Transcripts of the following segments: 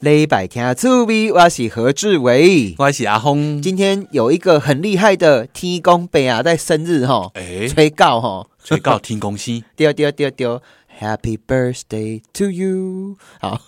礼拜天趣味，我是何志伟。我是阿峰。今天有一个很厉害的天公伯啊，在生日哈，诶，吹告哈，最高听公司， 丢丢丢丢，Happy Birthday to you。好，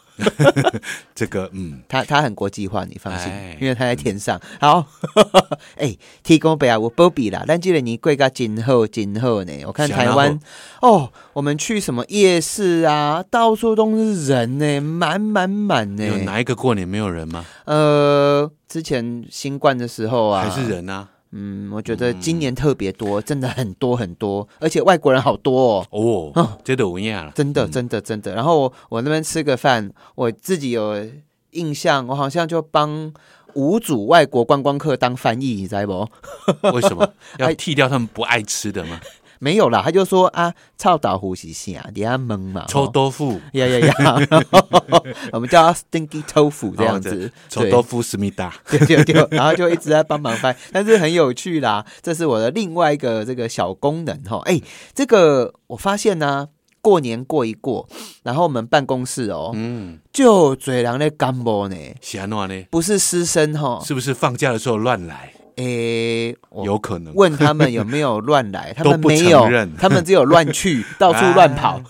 这个嗯，他他很国际化，你放心哎，因为他在天上。好， 哎、天公伯啊，我波比啦，但记得你贵个今后今后呢，我看是啊台湾哦，我们去什么夜市啊，到处都是人呢，满满满呢。有哪一个过年没有人吗？呃，之前新冠的时候啊，还是人啊？嗯，我觉得今年特别多，真的很多很多，而且外国人好多哦。哦，这都有影了，真的，嗯真的，真的。然后我我那边吃个饭，我自己有印象，我好像就帮五组外国观光客当翻译，你知道不？ 为什么 要哎剃掉他们不爱吃的吗？没有啦，他就说啊，臭岛湖是啥？你要蒙嘛？臭豆豆腐，呀呀 呀！然后我们叫他 stinky tofu 这样子，哦臭对豆腐思密达， 对对对，然后就一直在帮忙翻，但是很有趣啦。这是我的另外一个这个小功能哈。哎，这个我发现呢、过年过一过，然后我们办公室哦，嗯，就嘴人在干播呢，喜安诺呢？不是师生哈，是不是放假的时候乱来？诶，我有可能。问他们有没有乱 来，他们都不没有承认，他们只有乱 去，到处乱跑。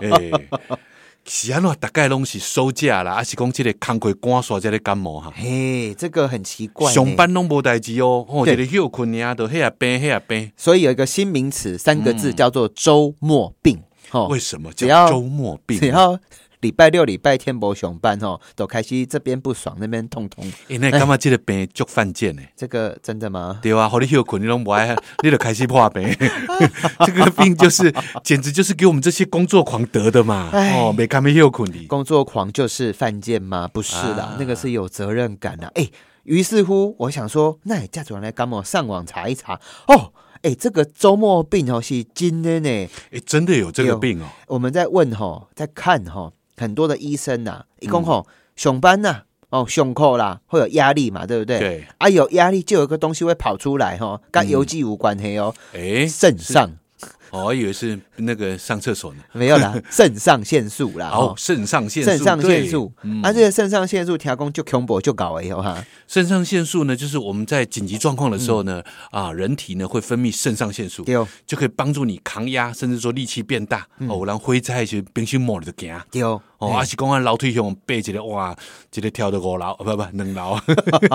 哎，喜安诺大概拢是收假啦，还是讲这个工课赶煞才咧感冒哈？嘿，这个很奇怪，上。哎班拢无代志哦，哦，对一个休困呀，都遐也病遐也病，所以有一个新名词，三个嗯字叫做周末病。哦为什么只要叫周末病只啊？要礼拜六、礼拜天不上班哦，都开始这边不爽，那边痛痛。哎，那感觉这个病足犯贱呢？这个真的吗？对啊，好你休困，你拢不爱， 你就开始破病。 这个病就是，简直就是给我们这些工作狂得的嘛。哎哦，没看没休困的，工作狂就是犯贱吗？不是啦，啊那个是有责任感的、哎，于是乎，我想说，那你嫁主人来干嘛？上网查一查哦。哎，这个周末病哦是真的呢。哎，真的有这个病哦。我们在问吼、在看吼、很多的医生呐、一嗯共吼上班呐、哦上课啦，会有压力嘛，对不对？。对，嗯啊，有压力就有一个东西会跑出来哈、哦，跟邮寄无关系哦，哎，肾上。哦，我以为是那个上厕所呢。没有啦，肾上腺素啦，哦哦，，肾上腺素，肾上腺素对，嗯哦啊，这个肾上腺素调工就恐怖就搞哎呦哈，肾上腺素呢，就是我们在紧急状况的时候呢，啊，人体呢会分泌肾上腺素，嗯对嗯哦就可以帮助你扛压，甚至说力气变大。哦，然后挥在一些冰心莫里的行。对哦，哦，哎还是讲啊，楼梯上爬一个哇，一个跳到五楼，哦不不，两楼，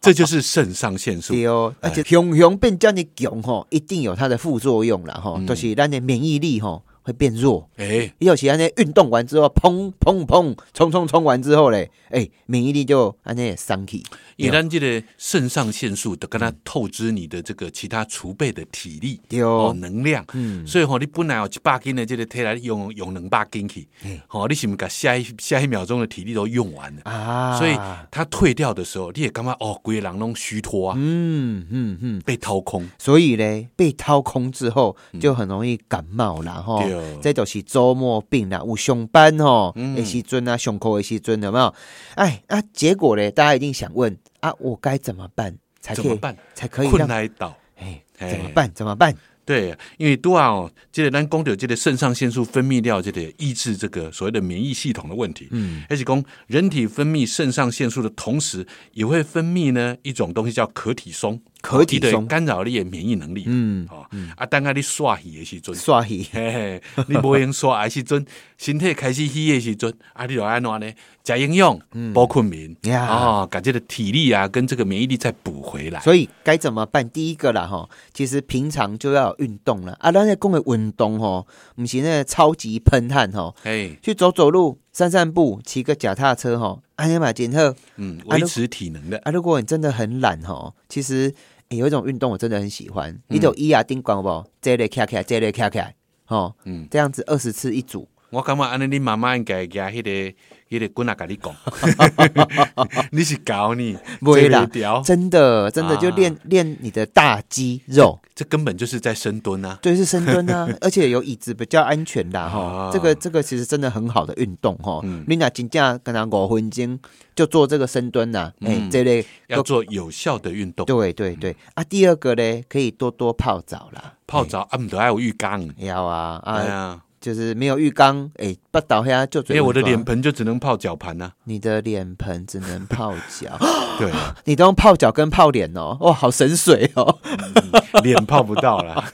这就是肾上腺素。对哦，而哎且熊熊变这样的强吼，一定有它的副作用啦嗯吼，就是咱的免疫力吼会变弱。哎，尤其安尼运动完之后，砰砰砰，冲冲冲完之后嘞，哎，免疫力就安尼上去。因为咱这个肾上腺素的跟它透支你的这个其他储备的体力对哦哦能量，嗯所以吼、你本来有一百斤的这个体力用用两百斤去，好、你是不是把下一下一秒钟的体力都用完了？啊，哦所以它退掉的时候，你也感觉哦，鬼狼拢虚脱啊，嗯嗯嗯，被掏空。所以嘞，被掏空之后就很容易感冒啦，吼、嗯对哦这就是周末病啦，有上班吼，嗯的时阵啊，上课的时阵有没有？哎，啊，结果嘞，大家一定想问啊，我该怎么办才可怎以么办？才可以困让来倒。哎哎怎么办？怎么办？对，因为多啊哦，这个咱讲到这个肾上腺素分泌掉，这个抑制这个所谓的免疫系统的问题。嗯，而且讲人体分泌肾上腺素的同时，也会分泌呢一种东西叫可体松，可体松它就会干扰你的免疫能力。嗯，哦，啊，等下你刷戏的时阵，刷戏嘿嘿，你无用刷的时阵，身体开始虚的时阵，啊，你就安怎样呢？食营养，包困眠，嗯呀哦，把这个体力啊跟这个免疫力再补回来。所以该怎么办？第一个啦，吼，其实平常就要有运动了啊。咱在讲的运动吼，不是那个超级喷汗吼，哎，去走走路、散散步、骑个脚踏车吼，安尼嘛真好。嗯，啊维如持体能的。啊，如果你真的很懒哦，其实、诶有一种运动我真的很喜欢，嗯你就一牙钉管好不好？这类卡起来，这类卡起来，哦，嗯这样子二十次一组，我感觉安尼，你妈妈应该加迄个、迄个棍啊，甲 你讲，你是搞你，袂啦掉，真的真的就哦啊练练你的大肌肉，这根本就是在深蹲啊！对，是深蹲 啊，而且有椅子比较安全啦，哈、啊这个这个其实真的很好的运动哈、嗯你俩真正跟他五分钟就做这个深蹲呐、啊，哎、嗯这类要做有效的运动，对对嗯对啊，第二个嘞，可以多多泡澡啦，泡澡啊，唔得爱有浴缸，要啊啊，哎呀，就是没有浴缸，哎，不倒下就因嘴。为我的脸，盆就只能泡脚盘 啊。你的脸盆只能泡脚， 对，啊你都用泡脚跟泡脸哦，哇，好神水哦。 脸泡不到啦。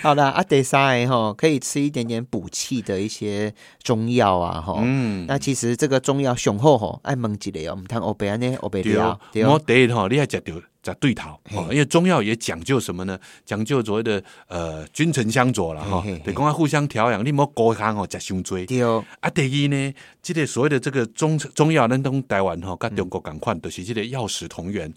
好啦，阿德沙哎哈，可以吃一点点补气的一些中药啊哈。嗯，那其实这个中药雄厚吼，爱蒙几类哦，唔通欧贝安呢，欧贝利对啊哦，，对我哦，第一吼，你还食到食对头哦，因为中药也讲究什么呢？讲究所谓的呃君臣相佐啦哈嘿嘿嘿，得讲啊互相调养，你莫高康哦食伤多。对哦，啊，第二呢，这个所谓的这个中中药，咱讲台湾吼，甲中国共款，就是这个药食同源。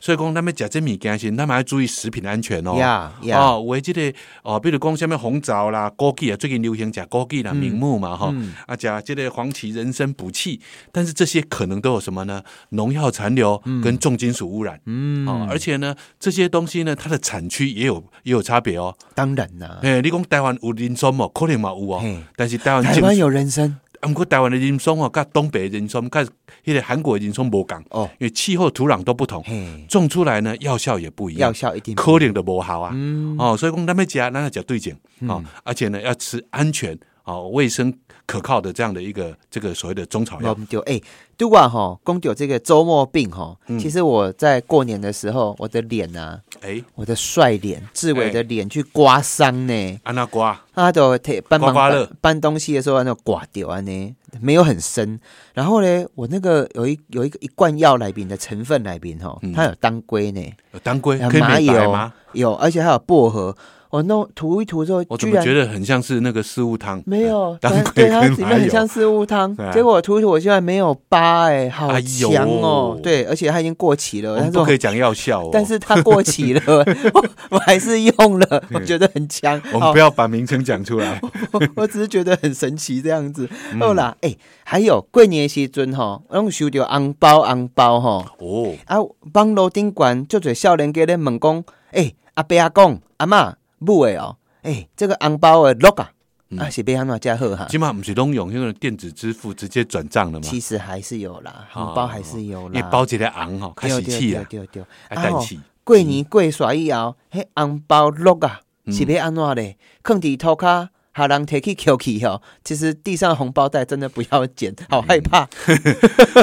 所以讲，咱们食这物件时，咱们要注意食品安全哦。呀呀，哦，有诶，即个哦，比如讲什么红枣啦、枸杞啊，最近流行食枸杞啦、明目嘛，哈、啊，食即个黄芪、人参补气，但是这些可能都有什么呢？农药残留跟重金属污染，嗯，哦，而且呢，这些东西呢，它的产区也有也有差别哦。当然啦，诶、你讲台湾有林松哦，可能嘛有嘿哦，但是台湾台湾有人参啊，毋过台湾的林松哦，甲东北的林松，甲迄个韩国的林松无共，哦，因为气候、土壤都不同，嘿，种出来呢药效也不一样药。效一嗯定可能都无效啊。哦，所以讲咱们食，咱要食对症嗯哦，而且呢要吃安全哦、卫生可靠的这样的一个这个所谓的中草我药。们丢哎，对啊哈，公丢这个周末病哈，嗯其实我在过年的时候，我的脸啊，哎、我的帅脸，志伟的脸去刮伤呢，安娜瓜，他都提帮忙刮刮乐搬搬东西的时候，那刮掉啊呢，没有很深。然后呢，我那个有一有一个一罐药来宾的成分来宾哈，它有当归呢，有当归有嗯可以哎麻美白油吗？，有，而且还有薄荷。我弄涂一涂之后，我居怎么然觉得很像是那个四物汤？哎没有， 当反正归对它跟里面麻很油像四物汤对，啊结果我涂一涂，我现在没有疤哎、好哎呦强哦、对，而且它已经过期了，我们但是不我可以讲药效哦。但是它过期 了， 我我还是用了，我觉得很强。嗯我好们不要把名称讲出来。我 我只是觉得很神奇这样子。嗯好啦，哎、还有过年的时阵吼，拢收到红包红包吼，哦，啊，网络顶悬足侪少年家咧问讲，哎、阿伯阿公阿嬷母诶哦，哎、这个红包的落啊，嗯啊是要安怎才好哈、起码不是拢用那个电子支付直接转账的嘛，其实还是有啦，哦红包还是有因为啦，包起来昂哈，开对喜气对啊，对对对，还啊带吼气。过年过煞以后，迄红包落啊，嗯是要安怎咧？放伫涂骹，下人摕去捡去吼。其实地上的红包袋真的不要捡， 好害怕。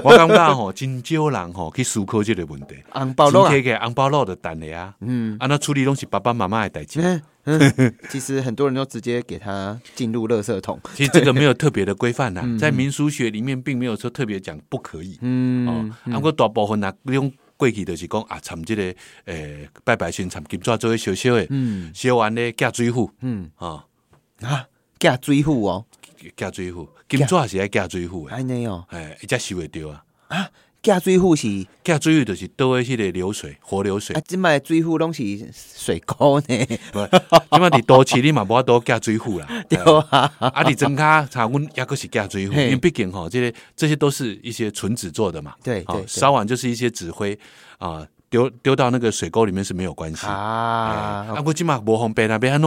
我感觉吼，真少人吼去思考这个问题。红包落啊，真客个红包落就等的啊，嗯，啊那处理拢是爸爸妈妈的代志。嗯 嗯其实很多人都直接给它进入垃圾桶。其实这个没有特别的 规范啦，啊在民俗学里面并没有说特别讲不可以。哦嗯嗯，，啊，不过大部分啊，用过去就是讲啊，掺这个诶拜拜先掺金纸做为烧烧的，嗯烧完咧寄水壶，嗯啊，啊，寄水壶哦，寄水壶，金纸是爱寄水壶的，安尼哦，哎，一只收会到啊。寄水壶是寄水壶就是倒的迄个流水，活流水啊，。即卖水壶拢是水沟呢， 不，即马伫都市你嘛无法度寄水壶啦。 对啊， 啊，你增加查阮也个是加水壶，因嘿为毕竟吼，这些这些都是一些纯纸做的嘛，对对哦对，烧完就是一些纸灰啊，丢丢到那个水沟里面是没有关系。哎 啊嗯啊，，我即嘛无方便啊，要安怎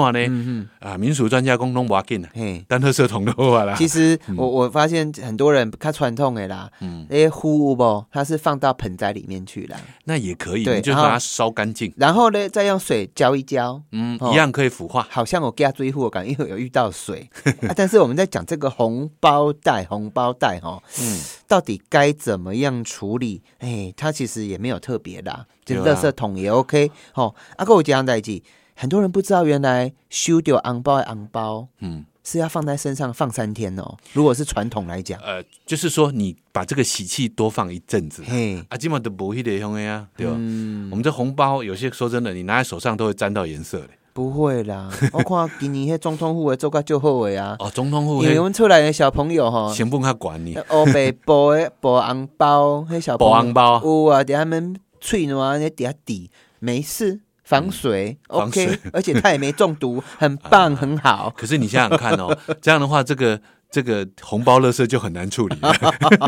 呢？啊，民俗专家讲拢无要紧啊，嘿。单特色桶的话啦。其实我我发现很多人看传统的啦，嗯，那些呼有不，它是放到盆栽里面去啦，那也可以，对啊你就然后把它烧干净，然后呢再用水浇一浇，嗯，哦一样可以腐化。好像我给他追呼的感觉，因为有遇到水、啊。但是我们在讲这个红包袋，红包袋哈，嗯，到底该怎么样处理？哎，它其实也没有特别啦，就对垃啊圾桶也 OK 哦。啊，跟我讲代志，很多人不知道原来收掉红包的红包，嗯嗯。是要放在身上放三天哦。如果是传统来讲，呃，就是说你把这个喜气多放一阵子。嘿，啊，基本都不会的凶的呀，对吧？嗯我们这红包有些说真的，你拿在手上都会沾到颜色的。不会 啦，我看今年迄总统府的做甲足好的啊，哦，总统府因为阮呃厝内的小朋友吼，行不？他管你，黑白包的包红包，迄小朋包友红包啊有啊，伫他们喙暖咧底下滴，没事，防水、嗯防 OK， 水而且他也没中毒，很 棒，很好。可是你想想看 哦，这样的话，这个这个红包垃圾就很难处理 哎了。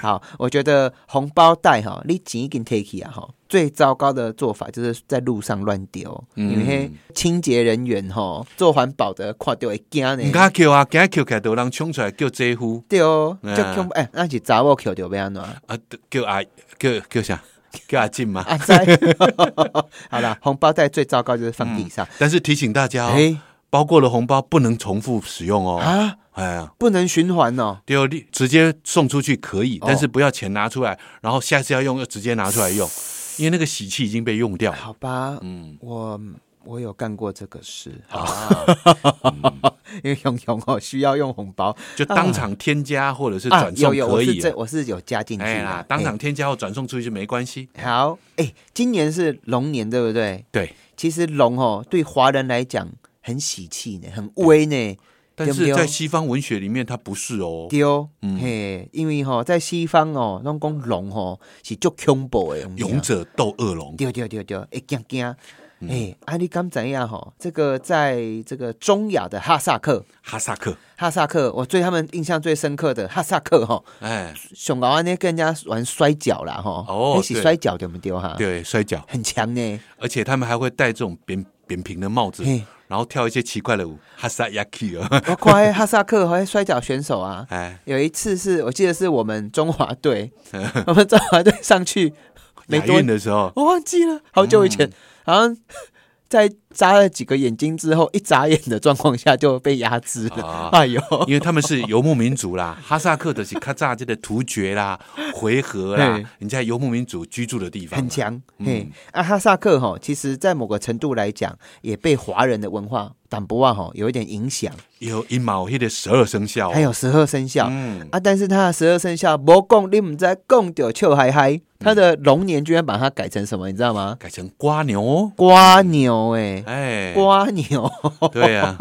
好，我觉得红包袋哈，你钱已经 take 啊哈。最糟糕的做法就是在路上乱丢，嗯因为那清洁人员吼做环保的看到会惊呢唔。敢叫啊，敢叫起来都有人冲出来叫姐夫对哦，嗯就恐怖哎，那是查某扣着要安怎？ 啊，叫阿叫叫啥？叫阿 进嘛。啊， 在好啦，红包袋最糟糕就是放地上。但是提醒大家哦，哎、包过了红包不能重复使用哦。啊，哎呀，不能循环哦。第二，你直接送出去可以哦，但是不要钱拿出来，然后下次要用要直接拿出来用，因为那个喜气已经被用掉了。好吧，嗯，我我有干过这个事啊， 嗯 因为熊熊哦需要用红包就当场添加或者是啊，转送有有，我可是以啊。这我是有加进去哎啦呀，，当哎场添加或转送出去没关系。好，哎，今年是龙年，对不对？对，其实龙哦，对华人来讲很喜气呢，很威呢，但对是不对在西方文学里面，它不是哦。丢、嗯嘿，因为吼、在西方哦，拢讲龙吼是足恐怖的，有没有勇者嗯斗恶龙，对对对对，会惊惊。哎、啊，你敢怎样吼？这个在这个中亚的哈萨克，哈萨克，哈萨克，我对他们印象最深刻的哈萨克哈，哎，熊高安那跟人家玩摔跤啦哈，哦一起对摔跤对不对哈？对，摔跤，很强呢，而且他们还会戴这种扁扁平的帽子嘿，然后跳一些奇怪的舞，哈萨亚克啊，我看那哈萨克和摔跤选手啊，哎，有一次是我记得是我们中华 队，我们中华队上去没亚多运的时候，我忘记了，好久以嗯前，好像在扎了几个眼睛之后，一眨眼的状况下就被压制了。啊哎呦， 因为他们是游牧民族啦， 哈萨克的是咔嚓这的突厥啦、回纥啦嘿，人家游牧民族居住的地方很，强。嗯嘿，啊，哈萨克哈，其实在某个程度来讲，也被华人的文化淡薄啊哈有一点影响，有一毛黑的十二生肖哦，还有十二生肖。嗯，啊！但是他的十二生肖不共你们在共丢秋嗨嗯嗨，他的龙年居然把它改成什么，你知道吗？改成瓜牛哦，瓜牛哎、嗯哎，哦瓜牛，对呀，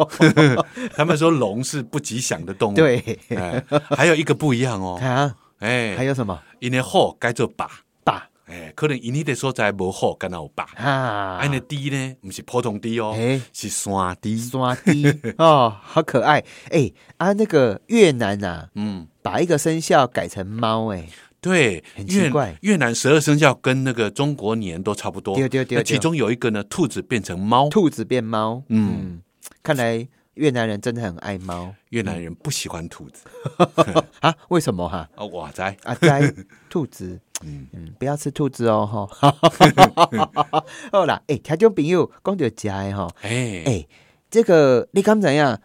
他们说龙是不吉祥的动 物，，对哎，还有一个不一样哦，啊，还哎，有什么因的好改做把，爸哎，可能因你的所在无好，干有把，啊？安的猪呢，不是普通猪哦哎，是山猪，刷低 哦，好可爱哎、啊！那个越南呐、啊，嗯。把一个生肖改成猫哎、对，很奇越怪越南十二生肖跟那个中国年都差不多，对对对那其对中有一个呢，兔子变成猫，兔子变猫，嗯，嗯，看来越南人真的很爱猫越南人不喜欢兔子啊？为什么哈、啊，哇塞，啊？在 兔子，嗯不要吃兔子哦 哈。好啦，哎、听众朋友讲到家的哈，哎哎、这个你刚怎样？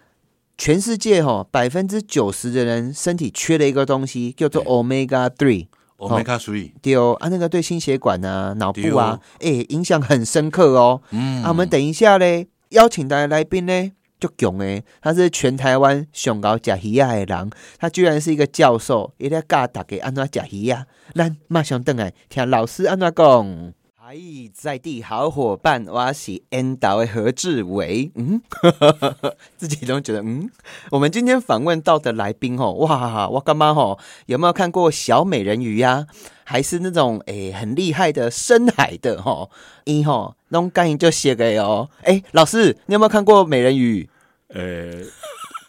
全世界哈百分之九十的人身体缺了一个东西，叫做 omega three。 ，Omega three，对哦，啊，那个对心血管啊、脑对部啊哦，哎、影响很深刻哦。嗯啊，我们等一下嘞，邀请的来宾呢，就囧诶，他是全台湾上高假鱼亚的人，他居然是一个教授，也在教大家安怎假鱼亚。咱马上等来听老师安怎讲。嗨，在地好伙伴，我是 N 岛的何志伟。嗯， 自己都觉得嗯，我们今天访问到的来宾哦，哇，我干嘛吼？有没有看过小美人鱼呀、还是那种诶、很厉害的深海的吼，一吼弄干就写给哦。诶、老师，你有没有看过美人鱼呃，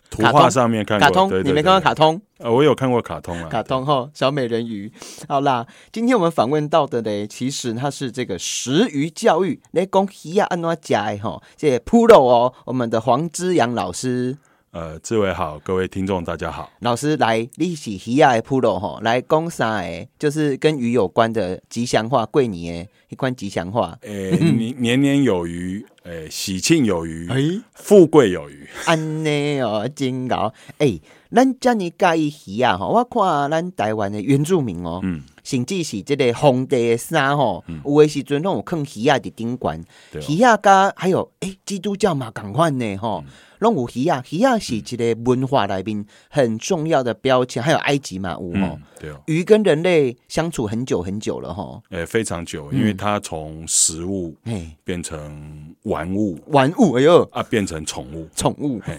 图卡通画上面看过，卡通？对对你没看过对卡通？呃，我有看过卡通啊，卡通吼，小美人鱼。好啦，今天我们访问到的嘞，其实它是这个食鱼教育，来讲鱼啊安怎食的吼，这 Pro 哦，我们的黄之阳老师。呃，志伟好，各位听众大家好。老师来历史鱼亚的 Pro 吼，来讲啥诶？就是跟鱼有关的吉祥话，桂你诶一款吉祥话。诶，年呃年年有余，诶，喜庆有余，哎富贵有余。安尼哦，真搞诶、咱遮尼介意鱼啊吼，我看咱台湾的原住民哦，嗯甚至是即个皇帝的衫吼，有诶时阵拢有放鱼啊伫顶悬，对哦鱼啊甲还有诶、基督教嘛共款呢吼，嗯拢有鱼啊，鱼啊是一个文化内面很重要的标签，还有埃及嘛有吼。嗯，对哦，鱼跟人类相处很久很久了吼，诶，非常嗯久，因为它从食物嘿，变成玩物玩物哎呦，啊，变成宠物。宠物 嘿。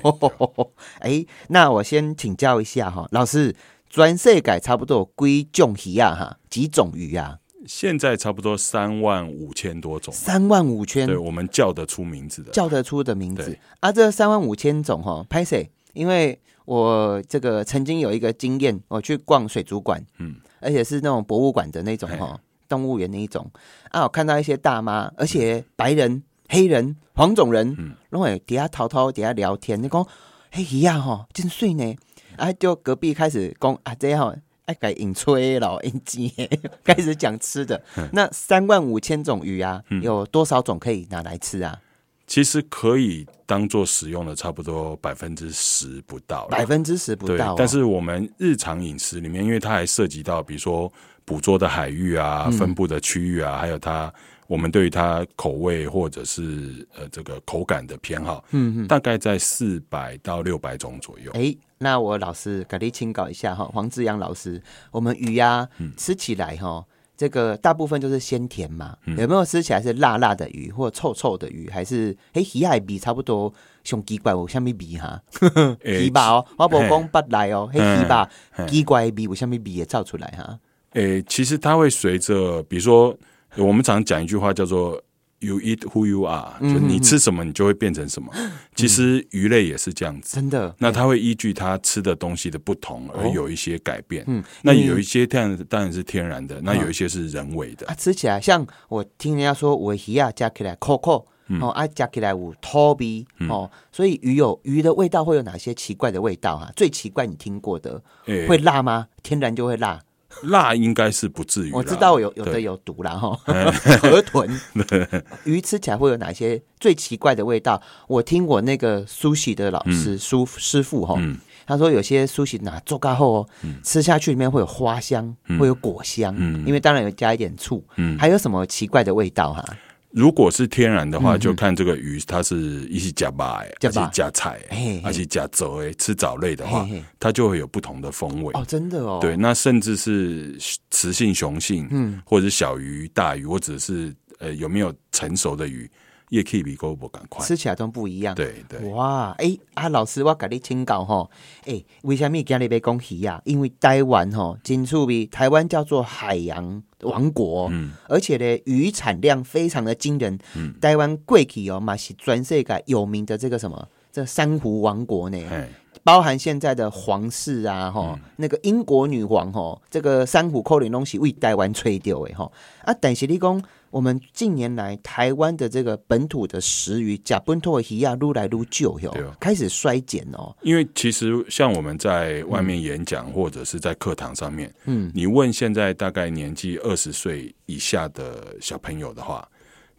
哎、那我先请教一下哈，老师，全世界差不多有几种鱼啊？哈，几种鱼啊？现在差不多三万五千多种，三万五千对我们叫得出名字的。叫得出的名字对啊，这三万五千种哈，拍谁？因为我这个曾经有一个经验，我去逛水族馆，嗯嗯，而且是那种博物馆的那种哈，动物园那一种啊，我看到一些大妈，而且白人、黑人、黄种人，嗯，然后底下滔滔底下聊天，你讲嘿一样哈，真水呢，啊，就隔壁开始讲啊，这样吼。爱改引吹 了，引鸡开始嗯讲吃的。那三万五千种鱼啊，有多少种可以拿来吃啊？其实可以当做使用了差不多百分之十不到啦，百分之十不对到哦、，但是我们日常饮食里面，因为它还涉及到比如说捕捉的海域啊、分布的区域啊，还有它我们对于它口味或者是呃这个口感的偏好，嗯嗯，大概在四百到六百种左右。诶，那我老师给你请教一下哈，黄志阳老师，我们鱼呀、嗯吃起来哈，这个大部分就是鲜甜嘛，嗯有没有吃起来是辣辣的鱼或臭臭的鱼，还是诶鱼海比差不多？上奇怪，有虾米味哈？诶 鱼吧哦，我无嘿讲不来哦，嘿嗯鱼吧，嘿奇怪的味有虾米味也造出来哈？诶、其实它会随着，比如说我们常讲一句话叫做 “you eat who you are”，、就你吃什么，你就会变成什么。其实鱼类也是这样子。真的，那它会依据它吃的东西的不同而哦有一些改变。嗯，那有一些当然当然是天然的，那有一些是人为的。嗯啊，吃起来像我听人家说，我的鱼啊，加起来扣扣。哦，啊，加起来有脱鼻哦，所以鱼有鱼的味道会有哪些奇怪的味道啊？最奇怪你听过的诶会辣吗？天然就会辣，辣应该是不至于啦。我知道有有的对哎有毒啦哈， 河 豚鱼吃起来会有哪些最奇怪的味道？我听我那个苏喜的老嗯师苏师傅哈，他说有些苏喜拿做干后哦，嗯吃下去里面会有花香，会有果香，因为当然有加一点醋，嗯还有什么奇怪的味道哈？如果是天然的嗯话，就看这个鱼它是一起加白，吃一肉起加菜嘿嘿，而且加肘诶，吃藻类的话嘿嘿，它就会有不同的风味。哦，真的哦，对，，那甚至是雌性、雄性，嗯，或者是小鱼、大鱼，或者是呃有没有成熟的鱼，也可以比狗不赶快。吃起来都不一样。对对，哇，诶、啊，老师，我甲你请教吼，诶、为什么今日要讲鱼啊？因为台湾吼真趣味，台湾叫做海洋王国，而且呢，鱼产量非常的惊人。台湾过去哦，嘛是全世界有名的这个什么，这珊瑚王国呢。哎，包含现在的皇室啊，嗯吼，那个英国女皇吼，这个珊瑚扣脸东西为台湾吹掉的吼啊，但是你讲我们近年来台湾的这个本土的食鱼，假本土的鱼啊，撸来撸旧哟对哦，开始衰减哦，因为其实像我们在外面演讲或者是在课堂上面，嗯，你问现在大概年纪二十岁以下的小朋友的话，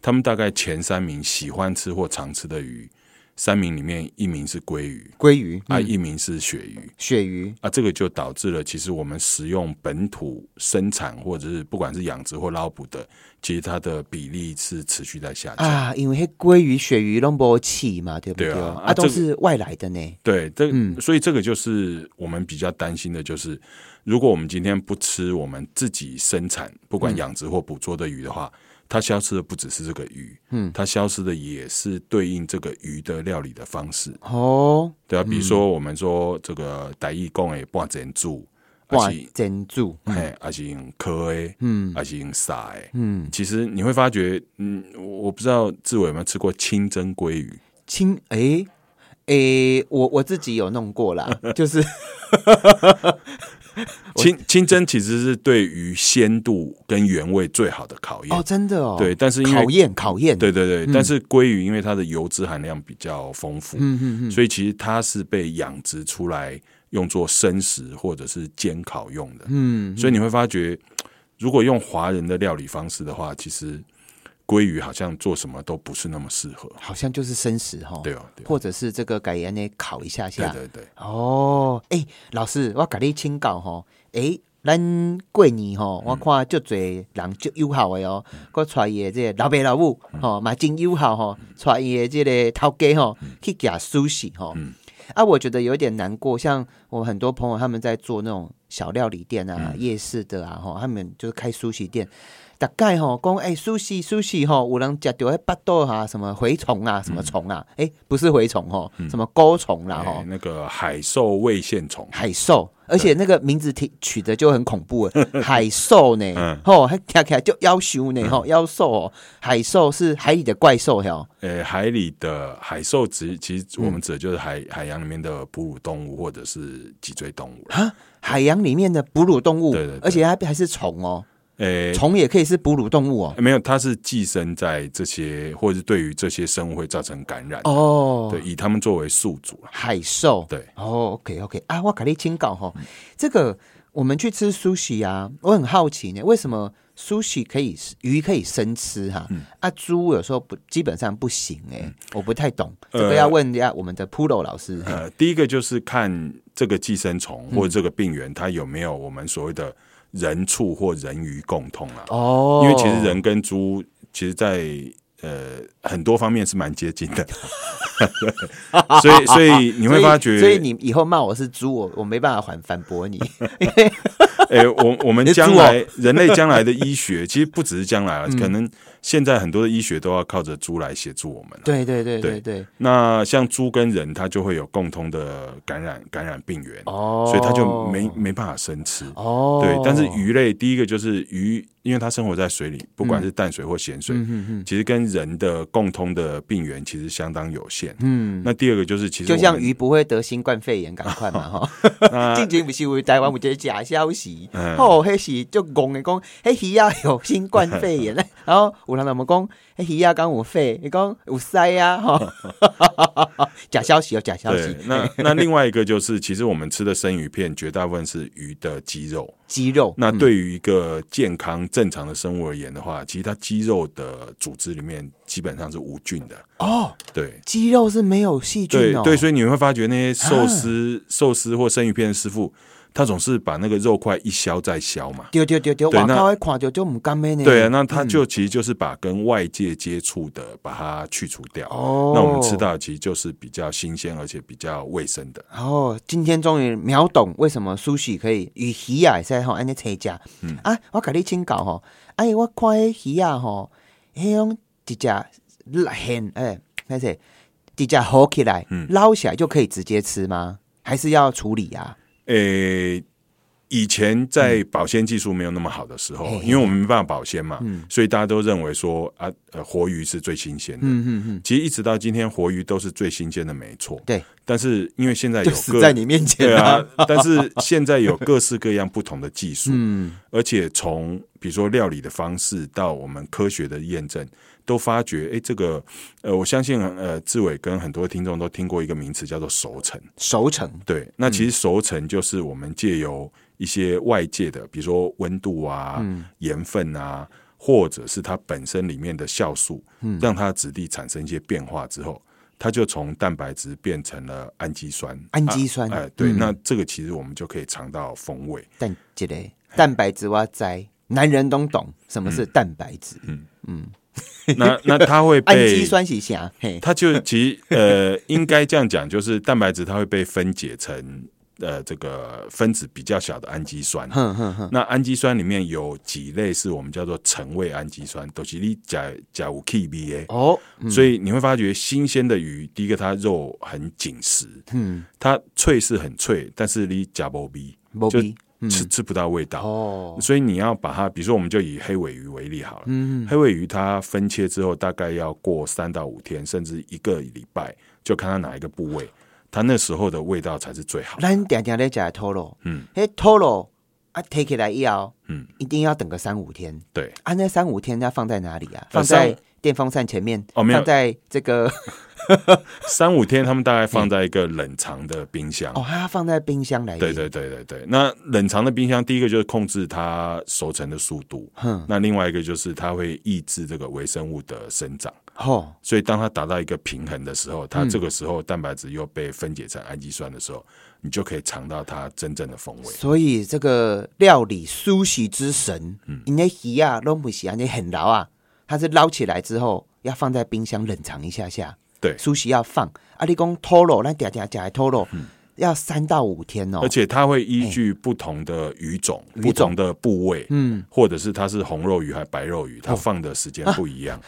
他们大概前三名喜欢吃或常吃的鱼，三名里面一名是鲑鱼，鲑鱼、啊，一名是鳕鱼。嗯鳕鱼，啊，这个就导致了，其实我们食用本土生产或者是不管是养殖或捞捕的，其实它的比例是持续在下降。啊，因为那鲑鱼、鳕鱼拢无气嘛，对不对？对啊啊都这个是外来的呢。对，这、所以这个就是我们比较担心的，就是如果我们今天不吃我们自己生产，不管养殖或捕捉的鱼的话，它消失的不只是这个鱼，嗯，它消失的也是对应这个鱼的料理的方式，哦，对啊，比如说我们说这个傣义贡诶，半珍珠，哇而且，珍珠，哎，还是用科诶，嗯，还是用沙诶，嗯，其实你会发觉，嗯，我不知道志伟有没有吃过清蒸鲑鱼，青，诶、诶、我我自己有弄过 啦，就是清清蒸其实是对于鲜度跟原味最好的考验，哦，真的哦，对，但是因为考验考验，对对对，但是鲑鱼因为它的油脂含量比较丰富，嗯嗯嗯，所以其实它是被养殖出来用作生食或者是煎烤用的，嗯，所以你会发觉，如果用华人的料理方式的话，其实鲑鱼好像做什么都不是那么适合，好像就是生食哈，对哦对哦或者是这个改盐呢烤一下对下。对对。哦，哎、老师，我甲你请教吼，哎、咱过年吼，我看足侪人足友好的哦，佮带伊的这个老爸老母吼，嘛真友好吼，带伊的这个头家吼去夹苏喜吼。啊，我觉得有点难过，像我很多朋友他们在做那种小料理店啊、夜市的啊，吼，他们就是开苏喜店，大概吼讲，哎、苏西苏西吼，有人食到迄巴肚啊，什么蛔虫啊，什么虫啊，哎、不是蛔虫吼，什么钩虫啦吼哎，那个海兽胃线虫，海兽，而且那个名字听取的就很恐怖了，海兽嗯呢，吼、它听起来就妖兽呢，吼、妖兽哦，海兽是海里的怪兽哟，呃，海里的海兽指其实嗯我们指的就是海、海洋里面的哺乳动物或者是脊椎动物啦。海洋里面的哺乳动物，对对对而且它还是虫哦，呃，虫也可以是哺乳动物哦，没有，它是寄生在这些，或者是对于这些生物会造成感染。哦，对，以它们作为宿主啦。海兽，对，哦，OK OK 啊，我给你请教吼，这个我们去吃苏喜啊，我很好奇呢，为什么苏喜可以鱼可以生吃哈、啊？嗯猪有时候不基本上不行哎、我不太懂，这个呃要问一下我们的 Polo 老师。呃，第一个就是看这个寄生虫嗯或者这个病原，它有没有我们所谓的人畜或人鱼共通啊？哦，因为其实人跟猪，其实在，呃很多方面是蛮接近的， 对所以所以你会发觉，所以，所以你以后骂我是猪，我我没办法反反驳 你。哎、我我们你是将猪哦嗯来、人类将来的 医学，其实不只是将来了，可能现在很多的医学都要靠着猪来协助我们了。对对对对对对，那像猪跟人，它就会有共通的感染感染病源，哦，所以它就没没办法生吃。哦，对，但是鱼类第一个就是鱼，因为它生活在水里，不嗯管是淡水或咸水，其实跟人的共通的病源其实相当有限。嗯，那第二个就是其实就我像们鱼，不会得新冠肺炎，赶 快嘛哈。 那最近不是有台湾有一个假消息，嗯哦，迄是就戆的讲，迄鱼啊有新冠肺 炎咧，然后有人怎么讲，迄鱼啊讲有肺，伊讲有塞啊， 哈，假消息哦，假消对息，，那那另外一个就是，其实我们吃的生鱼片绝大部分是鱼的肌肉。肌肉，那对于一个健康正常的生物而言的话，其实它肌肉的组织里面基本上是无菌的。哦，对。肌肉是没有细对菌哦，啊对，所以你会发觉那些寿司、寿司或生鱼片的师傅，他总是把那个肉块一削再削嘛。对对对对，对外那口会看着就唔甘咩呢，对啊，那它嗯就其实就是把跟外界接触的把它去除掉。哦那我们吃到的其实就是比较新鲜而且比较卫生的。然后今天终于秒懂为什么苏喜可以与鱼啊在吼安尼拆家。嗯啊，我甲你请教吼，哎、我看迄鱼啊吼，迄种一只很哎，那是一只好起来，嗯捞起来就可以直接吃吗？还是要处理啊？诶、以前在嗯保鲜技术没有那么好的时候，嘿嘿因为我们没办法保鲜嘛，嗯所以大家都认为说啊，呃，活鱼是最新鲜的。嗯嗯嗯，其实一直到今天，活鱼都是最新鲜的，没错。对，但是因为现在有就各死在你面前哎对啊。啊，但是现在有各式各样不同的技术，嗯，而且从比如说料理的方式到我们科学的验证，都发觉，哎，这个呃，我相信呃，志伟跟很多听众都听过一个名词叫做熟成，熟成，对，那其实熟成就是我们借由一些外界的，比如说温度啊、嗯盐分啊，或者是它本身里面的酵素，嗯让它的质地产生一些变化之后，它就从蛋白质变成了氨基酸。氨基酸哎、对，嗯那这个其实我们就可以尝到 风味。但一个蛋白质我知，男人都懂什么嗯是蛋白质，那那它会氨被基酸是啥？嘿，它就其实呃，应该这样讲，就是蛋白质它会被分解成呃这个分子比较小的氨基酸。哼哼哼，那氨基酸里面有几类是我们叫做成味氨基酸，都、是你甲甲五 KBA，、哦，所以你会发觉新鲜的鱼，第一个它肉很紧实，嗯，它脆是很脆，但是你甲不 B 无就比，吃吃不到味道。嗯哦，所以你要把它，比如说，我们就以黑尾鱼为例好了。嗯黑尾鱼它分切之后，大概要过三到五天，甚至一个礼拜，就看它哪一个部位，它那时候的味道才是最好的。咱定定咧食的土肉，嗯，迄土肉啊，摕起来以后，嗯，一定要等个三五天。对，啊，那三五天要放在哪里啊？呃放在三电风扇前面，哦没有放在这个 三五天，他们大概放在一个冷藏的冰箱。哦，它放在冰箱来。对，对对对对，那冷藏的冰箱，第一个就是控制它熟成的速度，哼，那另外一个就是它会抑制这个微生物的生长，吼，所以当它达到一个平衡的时候，它这个时候蛋白质又被分解成氨基酸的时候，你就可以尝到它真正的风味。所以这个料理苏洗之神，嗯你那鱼啊，拢不是安尼很牢啊，它是捞起来之后要放在冰箱冷藏一下下，对，苏洗要放。啊，你讲拖肉，咱定定食的拖肉要三到五天哦嗯而。且它会依据不同的鱼种、鱼种不同的部位，嗯，或者是它是红肉鱼还是白肉鱼，它放的时间不一样。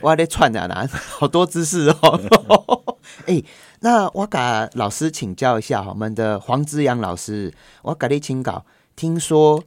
我在串啊啦，好多知识哦。哎、那我甲老师请教一下，我们的黄之阳老师，我甲你请教，听说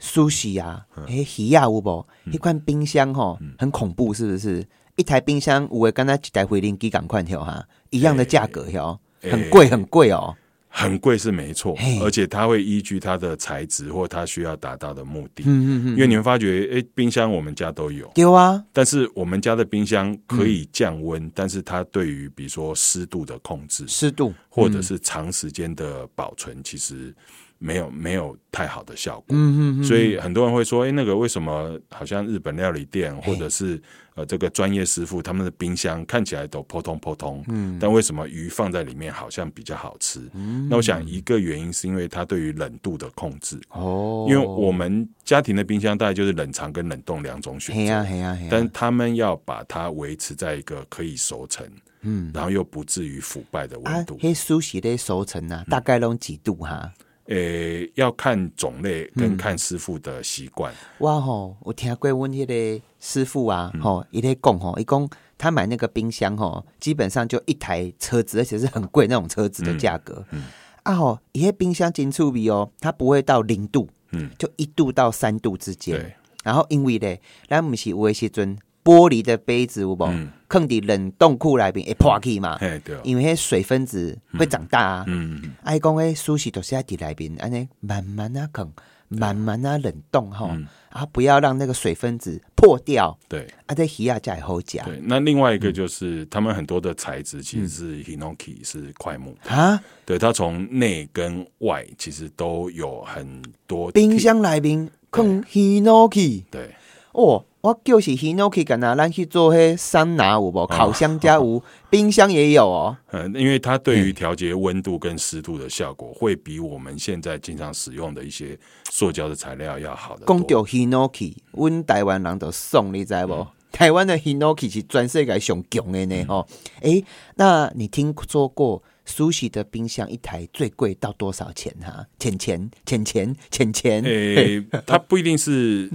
苏喜啊，嗯诶、鱼啊有无？一款冰箱吼、很恐怖，是不是？一台冰箱有诶，跟那一台回零机赶快跳哈，一样的价哎格哟、很贵很贵哦。很贵是没错嘿，而且它会依据它的材质或它需要达到的目的。嗯嗯嗯。因为你会发觉，诶，冰箱我们家都有，对啊，但是我们家的冰箱可以降温，但是它对于比如说湿度的控制，湿度或者是长时间的保存，其实没有没有太好的效果。嗯嗯，所以很多人会说，哎、那个为什么好像日本料理店或者是呃这个专业师傅他们的冰箱看起来都扑通扑通，嗯，但为什么鱼放在里面好像比较好吃？嗯那我想一个原因是因为它对于冷度的控制，哦，因为我们家庭的冰箱大概就是冷藏跟冷冻两种选嘿择，呀嘿啊呀嘿呀，但他们要把它维持在一个可以熟成，嗯，然后又不至于腐败的啊温度，。迄熟悉的熟成嗯啊，大概拢几度哈？诶、呃要看种类嗯跟看师傅的习惯。哇吼，我听过阮迄个师傅嗯啊，吼，伊咧讲吼，伊讲他买那个冰箱吼，基本上就一台车子，而且是很贵那种车子的价格。嗯啊吼，伊迄冰箱真趣味哦，它不会到零度，嗯就一度到三度之间对。然后因为咧，咱毋是有诶时阵玻璃的杯子有无？放伫冷冻库内面会破去嘛？嗯嘿，对哦，啊因为迄水分子会长大啊。嗯，爱讲诶，苏西都是在底内面，安尼慢慢啊啃，慢慢啊冷冻吼，嗯啊不要让那个水分子破掉，对啊这鱼啊嗯才会好食对。那另外一个就是他们很多的材质其实是 hinoki 是块木，啊。对，它从内跟外其实都有很多冰替。箱内面放 hinoki，对，哦，我就是 hinoki 干呐，咱去做迄桑拿有哦无？烤箱加 有，冰箱也有哦。呃，因为它对于调节温度跟湿度的效果，会比我们现在经常使用的一些塑胶的材料要好的讲多。到 hinoki，阮台湾人就送你知无？台湾的 hinoki 是全世界上强的呢吼。诶、那你听说过 sushi 的冰箱一台最贵到多少钱哈、钱钱钱钱钱钱，诶、它不一定是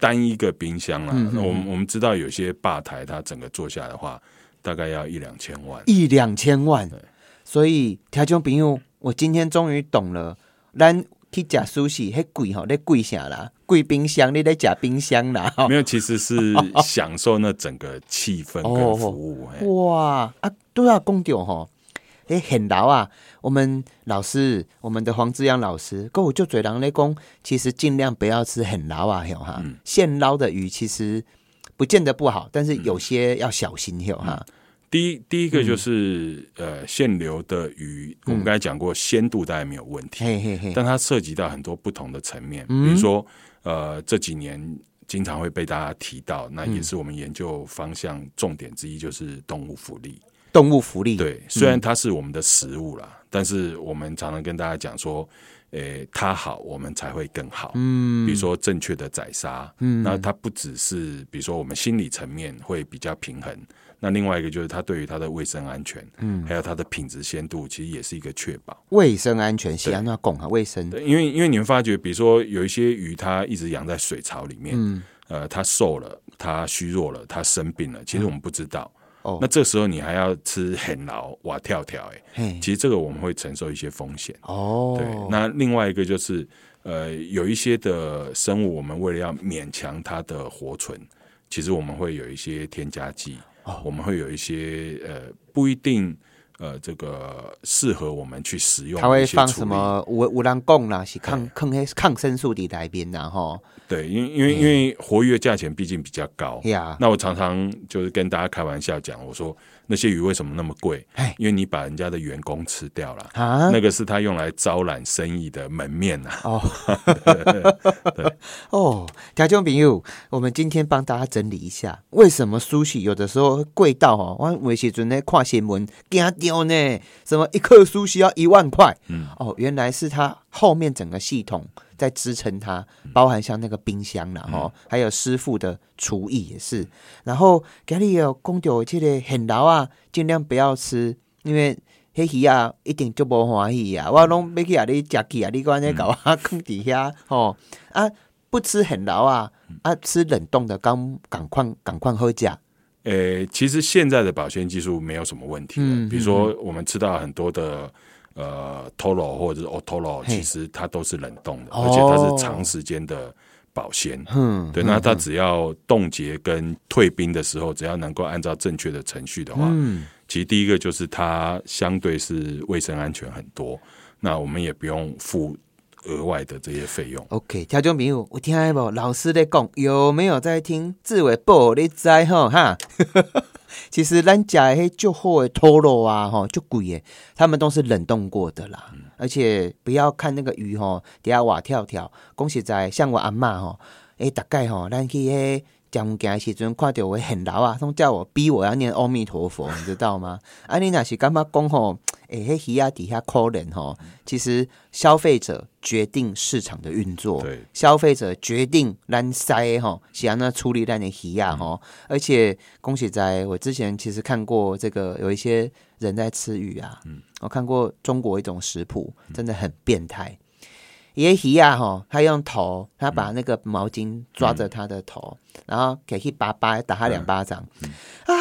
单一个冰箱啦。那我们我们知道有些吧台，它整个做下来的话，大概要一两千万。一两千万。所以听众朋友，我今天终于懂了，咱去食 sushi 迄贵吼，咧贵啥啦？贵冰箱，你咧食冰箱啦吼没有，其实是享受那整个气氛跟服务。嘿哇啊，都要讲到吼，诶、很老啊！我们老师，我们的黄志阳老师，跟我就嘴人咧讲，其实尽量不要吃很老啊，吼哈，嗯现捞的鱼其实不见得不好，但是有些要小心，吼哈，嗯第一，第一个就是、呃，现流的鱼，我们刚才讲过，鲜度当然没有问题，嘿嘿嘿，但它涉及到很多不同的层面，比如说呃，这几年。经常会被大家提到，那也是我们研究方向重点之一，就是动物福利。动物福利，对，虽然它是我们的食物啦，但是我们常常跟大家讲说，诶、它好，我们才会更好。嗯，比如说正确的宰杀，嗯，那它不只是比如说我们心理层面会比较平衡，那另外一个就是它对于它的卫生安全，嗯，还有它的品质鲜度，其实也是一个确保。卫生安全，西安要讲哈，卫生，对，因为因为你会发觉，比如说有一些鱼，它一直养在水槽里面，呃，它瘦了，它虚弱了，它生病了，其实我们不知道。哦那这时候你还要吃 很牢哇跳跳哎、嘿，其实这个我们会承受一些风险。哦，对，那另外一个就是，呃，有一些的生物，我们为了要勉强它的活存，其实我们会有一些添加剂，哦我们会有一些呃不一定呃这个适合我们去使用他的一会些放处什理。么五五郎贡啦，是抗抗黑抗生素的来宾啦，哦吼，对，因为因嗯为因为活跃价钱毕竟比较高，呀，那我常常就是跟大家开玩笑讲，我说那些鱼为什么那么贵哎？因为你把人家的员工吃掉了。啊，那个是他用来招揽生意的门面啊，哦，听众朋友，我们今天帮大家整理一下，为什么苏西有的时候会贵到哦，我有时阵呢看新闻惊掉呢，什么一克苏西要一万块，哦，原来是它后面整个系统在支撑它，包含像那个冰箱啦，哦，还有师傅的厨艺也是，然后家里有讲到这个很老啊，尽量不要吃，因为。迄鱼啊，一定就无欢喜啊！我拢要去啊，你食去啊，你讲安尼搞我放伫遐吼啊！不吃很牢啊，啊，吃冷冻的刚赶快赶快喝假呃，其实现在的保鲜技术没有什么问题了。嗯比如说，我们吃到很多的呃 Toro 或者是 Otoro，嘿其实它都是冷冻的，哦而且它是长时间的保鲜。嗯，对，那它只要冻结跟退冰的时候，只要能够按照正确的程序的话，嗯，其实第一个就是它相对是卫生安全很多，那我们也不用付额外的这些费用。 OK，听众朋友，有听到无？老师在讲，有没有在听？志伟报你知吼哈？其实咱食的迄就厚的拖肉啊，吼，就贵的，他们都是冷冻过的啦。而且不要看那个鱼吼，底下瓦跳跳，讲实在像我阿嬷吼，诶、大概吼，咱去迄。讲物件的时阵，看到我很老啊，总叫我逼我要念阿弥陀佛，你知道吗？啊，你若是感觉讲吼，诶、迄鱼啊底下可能吼，其实消费者决定市场的运作，对消费者决定咱塞吼，是安那处理咱的鱼啊吼。而且恭喜在，我之前其实看过这个有一些人在吃鱼啊，我看过中国一种食谱，真的很变态。耶鱼啊，吼，他用头，他把那个毛巾抓着他的头，然后给去巴巴打他两巴掌，啊，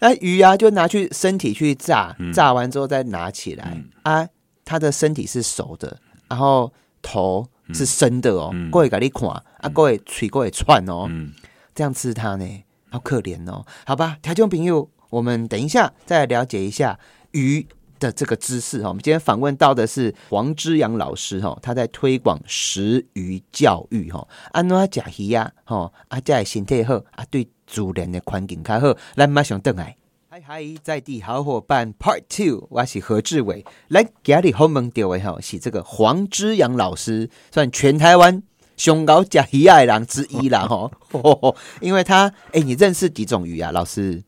那鱼啊就拿去身体去炸，炸完之后再拿起来，啊，他的身体是熟的，然后头是生的哦，各位给你看，啊，各位嘴各位串哦，嗯，这样吃它呢，好可怜哦。好吧，台中朋友，我们等一下再来了解一下鱼的这个知识哈。我们今天访问到的是黄之阳老师哈，他在推广食鱼教育哈，安怎食鱼啊，吼，啊，才会身体好，啊，对自然的环境较好。咱马上等来。嗨嗨，在地好伙伴 Part Two，我是何志伟。来，今日访问到的吼是这个黄之阳老师，算全台湾熊高甲鱼爱郎之一啦吼、哦，因为他哎、你认识几种鱼啊？老师，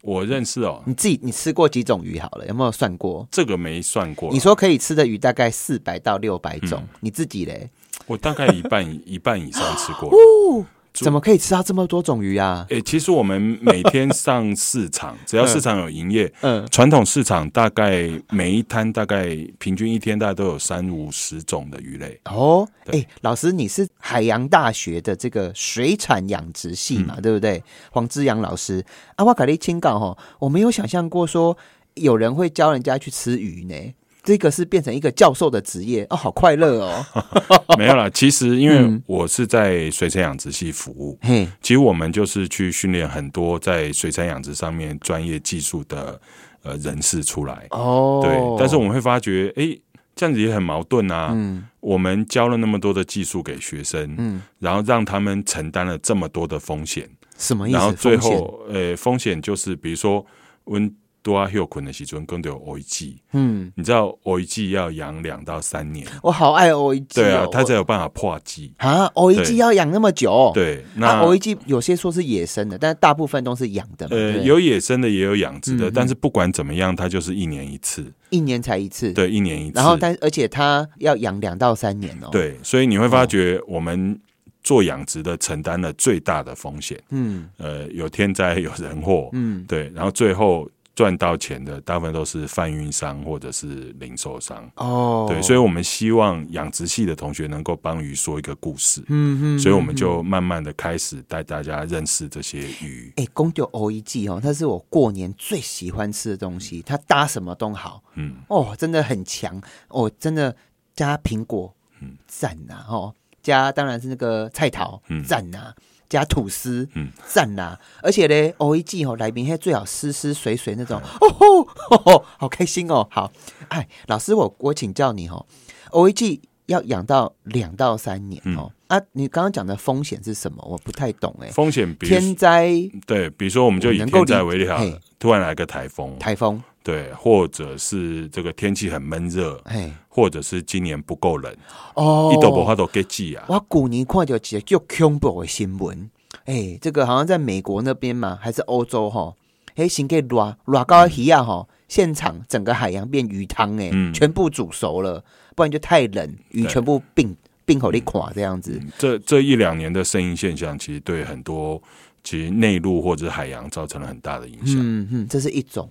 我认识哦，你自己你吃过几种鱼好了？有没有算过？这个没算过啊，你说可以吃的鱼大概四百到六百种，你自己嘞，我大概一半一半以上吃 过了。猪怎么可以吃到这么多种鱼啊？诶、其实我们每天上市 场，只要市场有营业，嗯传统市场大概每一摊大概平均一天大概都有三五十种的 鱼类。哦，哎、对老师，你是海洋大学的这个水产养殖系嘛，嗯对不对？黄之阳老师，啊，我卡利清告哈，我没有想象过说有人会教人家去吃鱼呢，这个是变成一个教授的职业哦，好快乐哦， 没有啦，其实因为嗯我是在水产养殖系服务，嘿，其实我们就是去训练很多在水产养殖上面专业技术的呃人士出来。哦，对，但是我们会发觉，诶，这样子也很矛盾啊。嗯我们教了那么多的技术给学生，嗯，然后让他们承担了这么多的风险，什么意思？然后最风险，后，呃，风险就是比如说温度啊、休困的时阵，更得有偶一季，嗯，你知道偶一季要养两到三年，我好爱 O E G，、哦、对啊，它才有办法破季。啊 O E G 对要养那么久，，对，那那 O E G 有些说是野生的，但是大部分都是养的嘛，对呃不对有野生的也有养殖嗯的，嗯但是不管怎么样，它就是一年一次，一年才一次，。对，一年一次。然后但而且它要养两到三年哦。，对，所以你会发觉我们做养殖的承担了最大的风险，嗯呃，有天灾有人祸，嗯，对，然后最后赚到钱的大部分都是贩运商或者是零售商。哦，对，所以我们希望养殖系的同学能够帮鱼说一个故事，嗯嗯，所以我们就慢慢的开始带大家认识这些鱼。哎，公就 O E G 哦，它是我过年最喜欢吃的东西，它搭什么都好嗯，哦，真的很强哦，真的加苹果，嗯，赞呐、哦，加当然是那个菜桃，嗯赞呐、加吐司，嗯，赞呐、而且嘞，O E G 哦，来宾嘿最好湿湿水水那种，哎哦吼，吼吼，好开心哦， 好，哎，老师我我请教你哦，O E G 要养到两到三年哦，啊，你刚刚讲的风险是什么？我不太懂哎，嗯风险比天如灾、对，比如说我们就以我能够天灾理为例哈嘿，突然来个台风，台风，对，或者是这个天气很闷热，哎，或者是今年不够冷，哦，一都不怕都 get 记啊。我古年看到一个叫恐怖的新闻，哎、这个好像在美国那边嘛，还是欧洲哈，哎，先给热热到鱼啊哈，现场整个海洋变鱼汤哎、嗯全部煮熟了，不然就太冷，鱼对全部并并口里垮这样子。这这一两年的声音现象，其实对很多其实内陆或者是海洋造成了很大的影响。嗯嗯，这是一种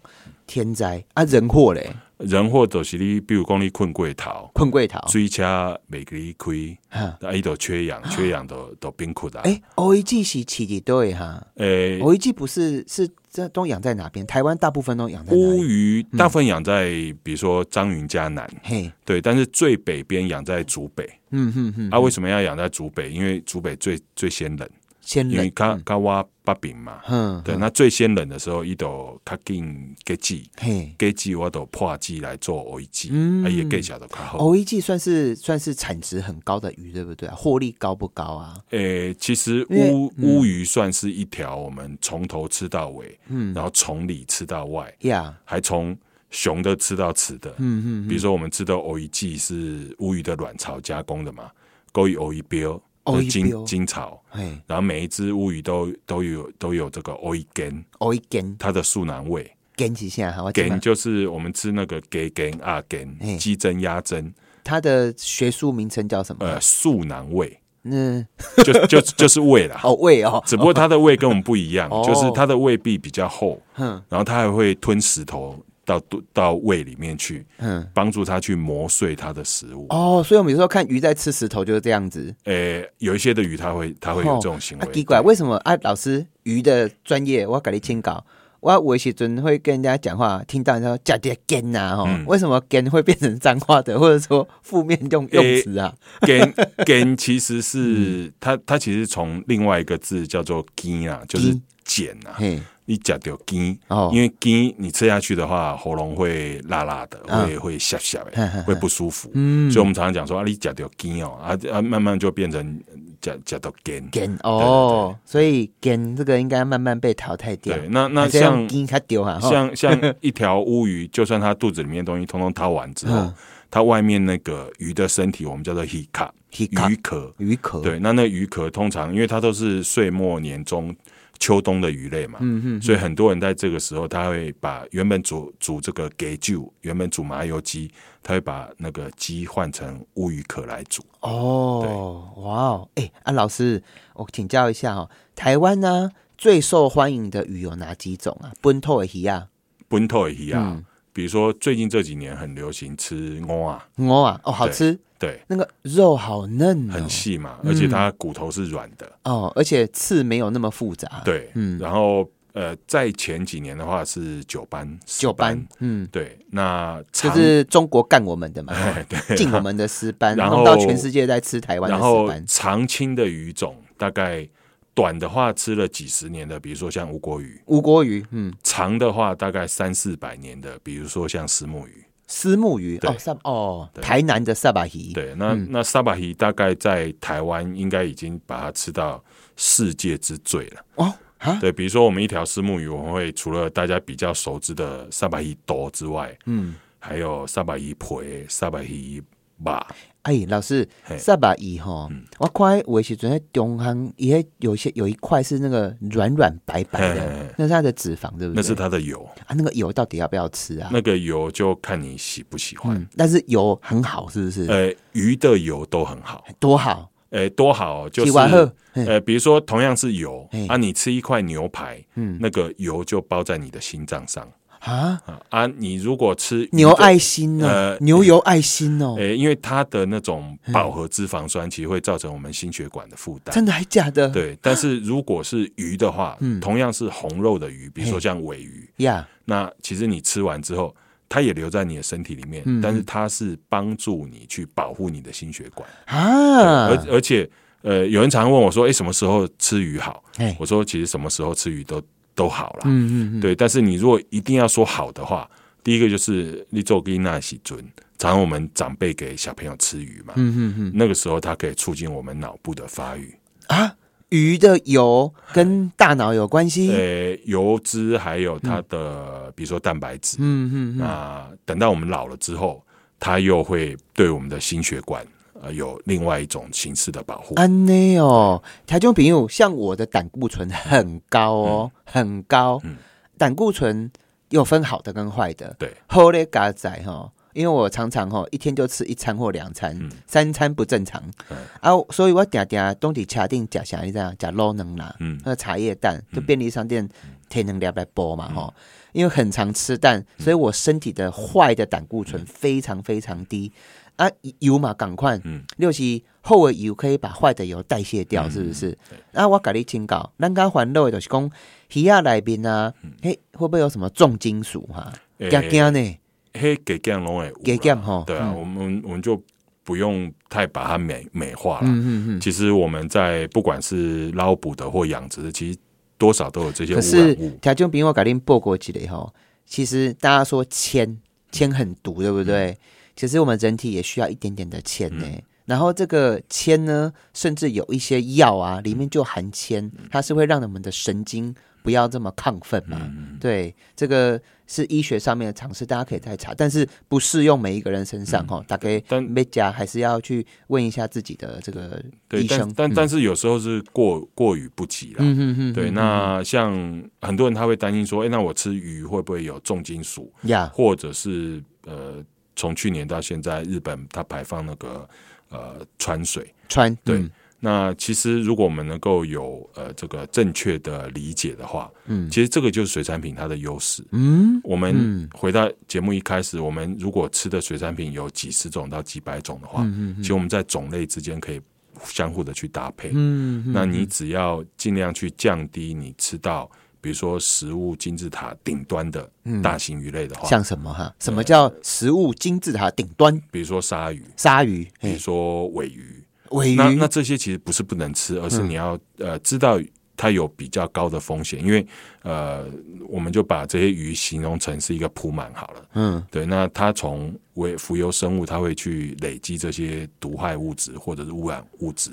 天灾啊，人祸嘞，人或走是你，比如讲你困过头，困贵桃。水车每个你亏，哦哈，啊，伊都缺 氧，缺氧都都冰窟的。哎、o E G 是起的对哈诶、 ，O E G 不是是这都养在哪边？台湾大部分都养在哪里？乌嗯鱼大部分养在比如说张云嘉南，嘿，对，但是最北边养在竹北。嗯哼哼，啊，为什么要养在竹北？因为竹北最最先冷，先因为冷，嘎嘎哇八饼嘛，嗯，对，那最先冷的时候，伊都较紧给剂，嘿，给剂我都破剂来做熬剂，嗯啊也给小的较好。 O E G 算是算是产值很高的鱼，对不对啊？获利高不高啊？诶、其实因为嗯乌乌鱼算是一条我们从头吃到尾，嗯，然后从里吃到外，呀、还从雄的吃到雌的。嗯嗯，比如说我们吃的藕鱼季是乌鱼的卵巢加工的嘛，勾鱼藕鱼鳖，藕鱼鳖金金巢，嘿然后每一只乌鱼都都有都有这个藕鱼根， ，O E Gen 它的素难味。 Gen 几下哈，我知道根就是我们吃那个给根啊嘿根，鸡胗鸭胗，它的学术名称叫什么？呃，素难味， 嗯，就就就是味啦。哦胃哦，只不过它的胃跟我们不一样，哦就是它的胃壁比较厚，哼然后它还会吞石头到肚到胃里面去，哼，帮助它去磨碎它的食物。哦，所以我们有时候看鱼在吃石头就是这样子。诶、有一些的鱼它会它会有这种行为。哦啊、奇怪，对为什么啊？老师，鱼的专业我给你请教。我有的时阵会跟人家讲话，听到人家讲点干呐，啊吼、嗯为什么干会变成脏话的，或者说负面用用诶词啊？ 根根其实是、嗯它它其实从另外一个字叫做根啊，就是根碱啊。嘿，你嚼掉根，哦因为根你吃下去的话，喉咙会辣辣的，啊会会涩涩哼哼的，会不舒服。嗯，所以我们常常讲说啊，你嚼掉根哦，啊啊，慢慢就变成嚼嚼到根。干哦，所以干这个应该慢慢被淘汰掉。对，那那啊还是要像用干它丢啊，吼像像一条乌鱼，就算它肚子里面的东西通通掏完之后嗯，它外面那个鱼的身体，我们叫做 hika 鱼壳鱼壳。鱼壳，对，那那鱼壳通常因为它都是岁末年中秋冬的鱼类嘛，嗯所以很多人在这个时候，他会把原本煮煮这个给酒，原本煮麻油鸡，他会把那个鸡换成乌鱼壳来煮。哦，哇哦，哎、啊，老师，我请教一下哦，台湾呢、最受欢迎的鱼有哪几种啊？本土的鱼啊，本土的鱼嗯啊，比如说最近这几年很流行吃蚵啊，我啊，哦，好对吃，对，那个肉好嫩、哦，很细嘛，而且它骨头是软的，哦，而且刺没有那么复杂。，对，然后呃，在前几年的话是九班，九九班，嗯，对，那就长是中国干我们的嘛，哎 对进我们的石斑，然后弄到全世界在吃台湾的然石后斑。常青的鱼种，大概短的话吃了几十年的，比如说像吴国鱼；吴锅鱼，嗯，长的话大概三四百年的，比如说像石目鱼。丝木鱼，对哦，萨哦，对台南的萨巴鱼，对，那、那沙巴鱼大概在台湾应该已经把它吃到世界之最了。哦，哈，对，比如说我们一条石目鱼，我们会除了大家比较熟知的沙巴鱼多之外，嗯，还有沙巴鱼皮、沙巴鱼把，哎，老师，嘿嗯萨巴鱼吼，我看有的时阵在中行，也有一些有一块是那个软软白白嘿嘿的嘿，那是它的脂肪，哎对不对？ 那是它的油，啊，那个油到底要不要吃啊？那个油就看你喜不喜欢。嗯，但是油很好，是不是？呃，鱼的油都很好，多好，诶，多好哦，就几碗喝是嘿呃，比如说同样是油嘿啊，你吃一块牛排，嗯那个油就包在你的心脏上啊，啊啊，你如果吃鱼的牛爱，心哦，呃牛油爱心哦，诶，因为它的那种饱和脂肪酸其实会造成我们心血管的负担。真的还假的？嗯对，但是如果是鱼的话，同样是红肉的鱼，比如说像尾鱼，呀，那其实你吃完之后，它也留在你的身体里嗯面，但是它是帮助你去保护你的心血管。啊，而而且呃，有人常问我说：“哎、什么时候吃鱼好哎？”我说：“其实什么时候吃鱼都都好啦。嗯嗯嗯，对。但是你如果一定要说好的话，第一个就是你做给那喜尊，常常我们长辈给小朋友吃鱼嘛，嗯嗯嗯，那个时候它可以促进我们脑部的发育，啊，鱼的油跟大脑有关系，呃，油脂还有它的、比如说蛋白质，嗯嗯嗯嗯，那等到我们老了之后，它又会对我们的心血管呃有另外一种形式的保护。安内哦，台中朋友，像我的胆固醇很高哦，很高，嗯胆固醇又分好的跟坏的，对，好嘞嘎仔哈。因为我常常吼一天就吃一餐或两餐，嗯三餐不正常、嗯啊，所以我定定都伫卡定假啥，你知道，假卤能啦，嗯嗯那茶叶蛋，就便利商店天能量来剥嘛吼、因为很常吃蛋，所以我身体的坏的胆固醇非常非常低、啊，油嘛赶快，嗯六是厚的油可以把坏的油代谢掉，嗯是不是对？那、我甲你请教，咱刚环绕的就是讲鱼啊内面啊，嗯嘿、会不会有什么重金属哈、诶惊惊呢？呃嘿，给降龙诶，给减吼对啊，嗯我们我们就不用太把它美美化了。嗯嗯嗯。其实我们在不管是捞捕的或养殖的，其实多少都有这些可污染是物。条件兵我改定报过几类哈，其实大家说铅铅很毒，对不嗯对？其实我们人体也需要一点点的铅呢、然后这个铅呢，甚至有一些药啊，里面就含铅，嗯它是会让我们的神经不要这么亢奋嘛。嗯对，这个是医学上面的常识，大家可以再查，但是不适用每一个人身上哈。大概嗯但没加还是要去问一下自己的这个对，医但生。但但是有时候是过过于不及了。嗯嗯嗯，对，那像很多人他会担心说，哎、那我吃鱼会不会有重金属，呀，或者是呃，从去年到现在，日本它排放那个呃川水。穿对嗯那其实如果我们能够有呃这个正确的理解的话，嗯其实这个就是水产品它的优势。嗯我嗯们回到节目一开始，我们如果吃的水产品有几十种到几百种的话，嗯其实我们在种类之间可以相互的去搭配。嗯，嗯那你只要尽量去降低你吃到，比如说食物金字塔顶端的大型鱼类的话，嗯像什么嗯哈？什么叫食物金字塔顶端？比如说鲨鱼，鲨鱼、比如嘿说尾鱼，尾鱼，嗯嗯那那这些其实不是不能吃，而是你要、呃知道它有比较高的风险，因为呃我们就把这些鱼形容成是一个铺满好了。嗯对，那它从为浮游生物，它会去累积这些毒害物质或者是污染物质，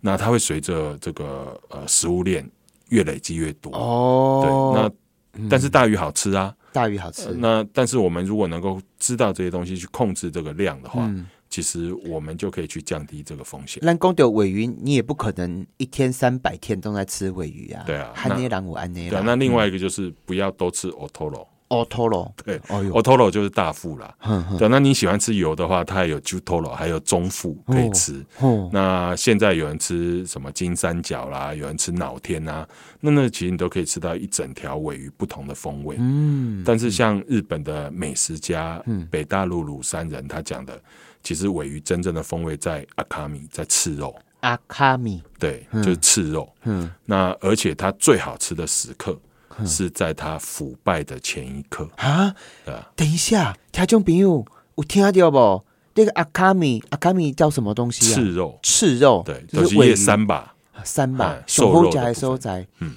那它会随着这个呃食物链越累积越多。哦，嗯对，那但是大鱼好吃啊。那大鱼好吃，那但是我们如果能够知道这些东西去控制这个量的嗯话，其实我们就可以去降低这个风险。咱讲到尾鱼，你也不可能一天三百天都在吃尾鱼啊。对啊汉内狼我安内对啊、狼，那另外一个就是不要都吃 otoro，otoro 哦，托罗，对哎呦，嗯就是大腹啦。哼哼，对啊、那你喜欢吃油的话，它还有 jutoro，还有中腹可以哦吃。哦，那现在有人吃什么金三角啦，有人吃脑天啊，那那其实你都可以吃到一整条尾鱼不同的风味。嗯，但是像日本的美食家，嗯北大陆鲁山人他讲的，其实尾鱼真正的风味在阿卡米，在刺肉，阿卡米，对，就是刺肉。嗯，那而且它最好吃的时刻是在它腐败的前一刻，啊，对啊，等一下，听众朋友有听到不？那个阿卡米，阿卡米叫什么东西啊？刺肉，赤肉，对，就都是是尾叶鱼三吧，三嘛哎，熊瘦肉后的夹的部收分窄。嗯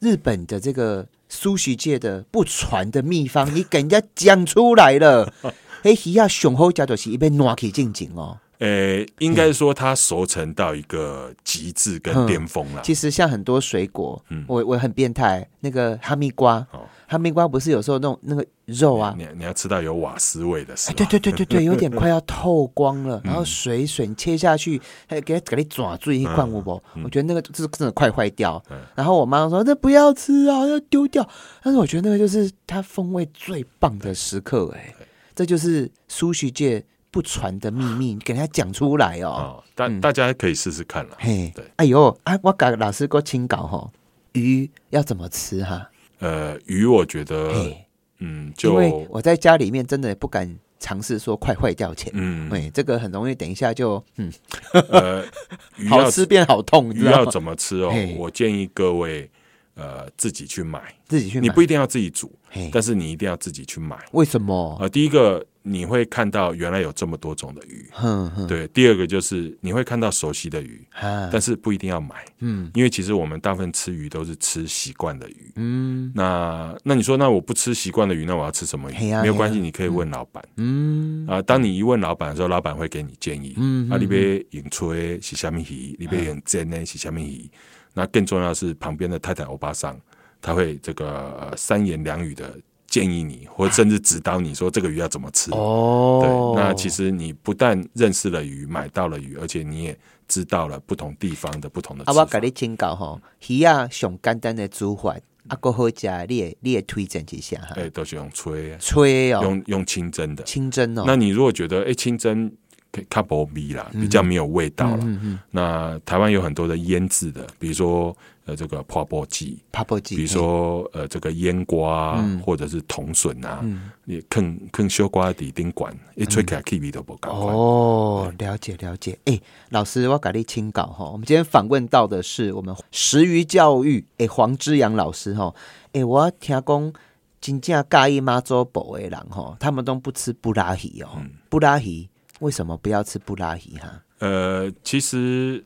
日本的这个苏食界的不传的秘方，你给人家讲出来 了。哎，鱼啊，熊后夹就是一被拿起进景哦。诶，应该说它熟成到一个极致跟嗯巅峰了。其实像很多水果，啊嗯我我很变态，那个哈密瓜，哦哈密瓜不是有时候那种那个肉啊，你你要吃到有瓦斯味的时哎，候，对对对对 对，有点快要透光了，嗯然后水水切下去，还给它给你抓住一嗯罐我不，我觉得那个就是真的快坏掉。然后我妈说：“那不要吃啊，要丢掉。”但是我觉得那个就是它风味最棒的时刻，哎，这就是苏食界不传的秘密，给它讲出来哦。啊，大大家可以试试看啦。嘿对，哎呦，哎，我给老师给我清搞吼，鱼要怎么吃哈？呃，鱼我觉得，嘿，嗯，就因为我在家里面真的不敢尝试说快坏掉前。嗯，哎，这个很容易，等一下就嗯，呃，鱼好要吃变好痛，你鱼知道要吗？怎么吃哦嘿？我建议各位，呃，自己去买，自己去买。你不一定要自己煮，嘿，但是你一定要自己去买。为什么？呃，第一个你会看到原来有这么多种的鱼，哼哼，对；第二个就是你会看到熟悉的鱼，啊，但是不一定要买，嗯因为其实我们大部分吃鱼都是吃习惯的鱼，嗯那那你说，那我不吃习惯的鱼，那我要吃什么嘿鱼？呀没有关嘿系，呀你可以问老板嗯，啊。当你一问老板的时候，老板会给你建议。嗯啊，你别用吹是虾米鱼，你别用煎呢是虾米鱼。那更重要的是，旁边的太太欧巴桑，他会这个呃三言两语的建议你，或甚至指导你说这个鱼要怎么吃。对哦，，那其实你不但认识了鱼，买到了鱼，而且你也知道了不同地方的不同的啊，吃我法。给你请教吼，鱼啊上简单的煮法，啊够好食，你也你也推荐一下哈。哎，都是用吹，吹哦，用用清蒸的。清蒸哦，那你如果觉得哎、诶清蒸卡薄味啦，嗯比较没有味道了，那台湾有很多的腌制的，比如说呃这个泡泡鸡，泡泡鸡，比如说呃这个腌瓜、啊嗯或者是铜笋啊，你坑坑修瓜底丁管，一吹起来 K B 都不嘿赶快。哦，了解了解。哎，老师，我给你请教哈，我们今天访问到的是我们食鱼教育哎黄之阳老师哈，哎，我听讲。嗯真正介意妈祖婆的人吼，他们都不吃布拉鱼哦，布拉鱼为什么不要吃布拉鱼哈？呃，其实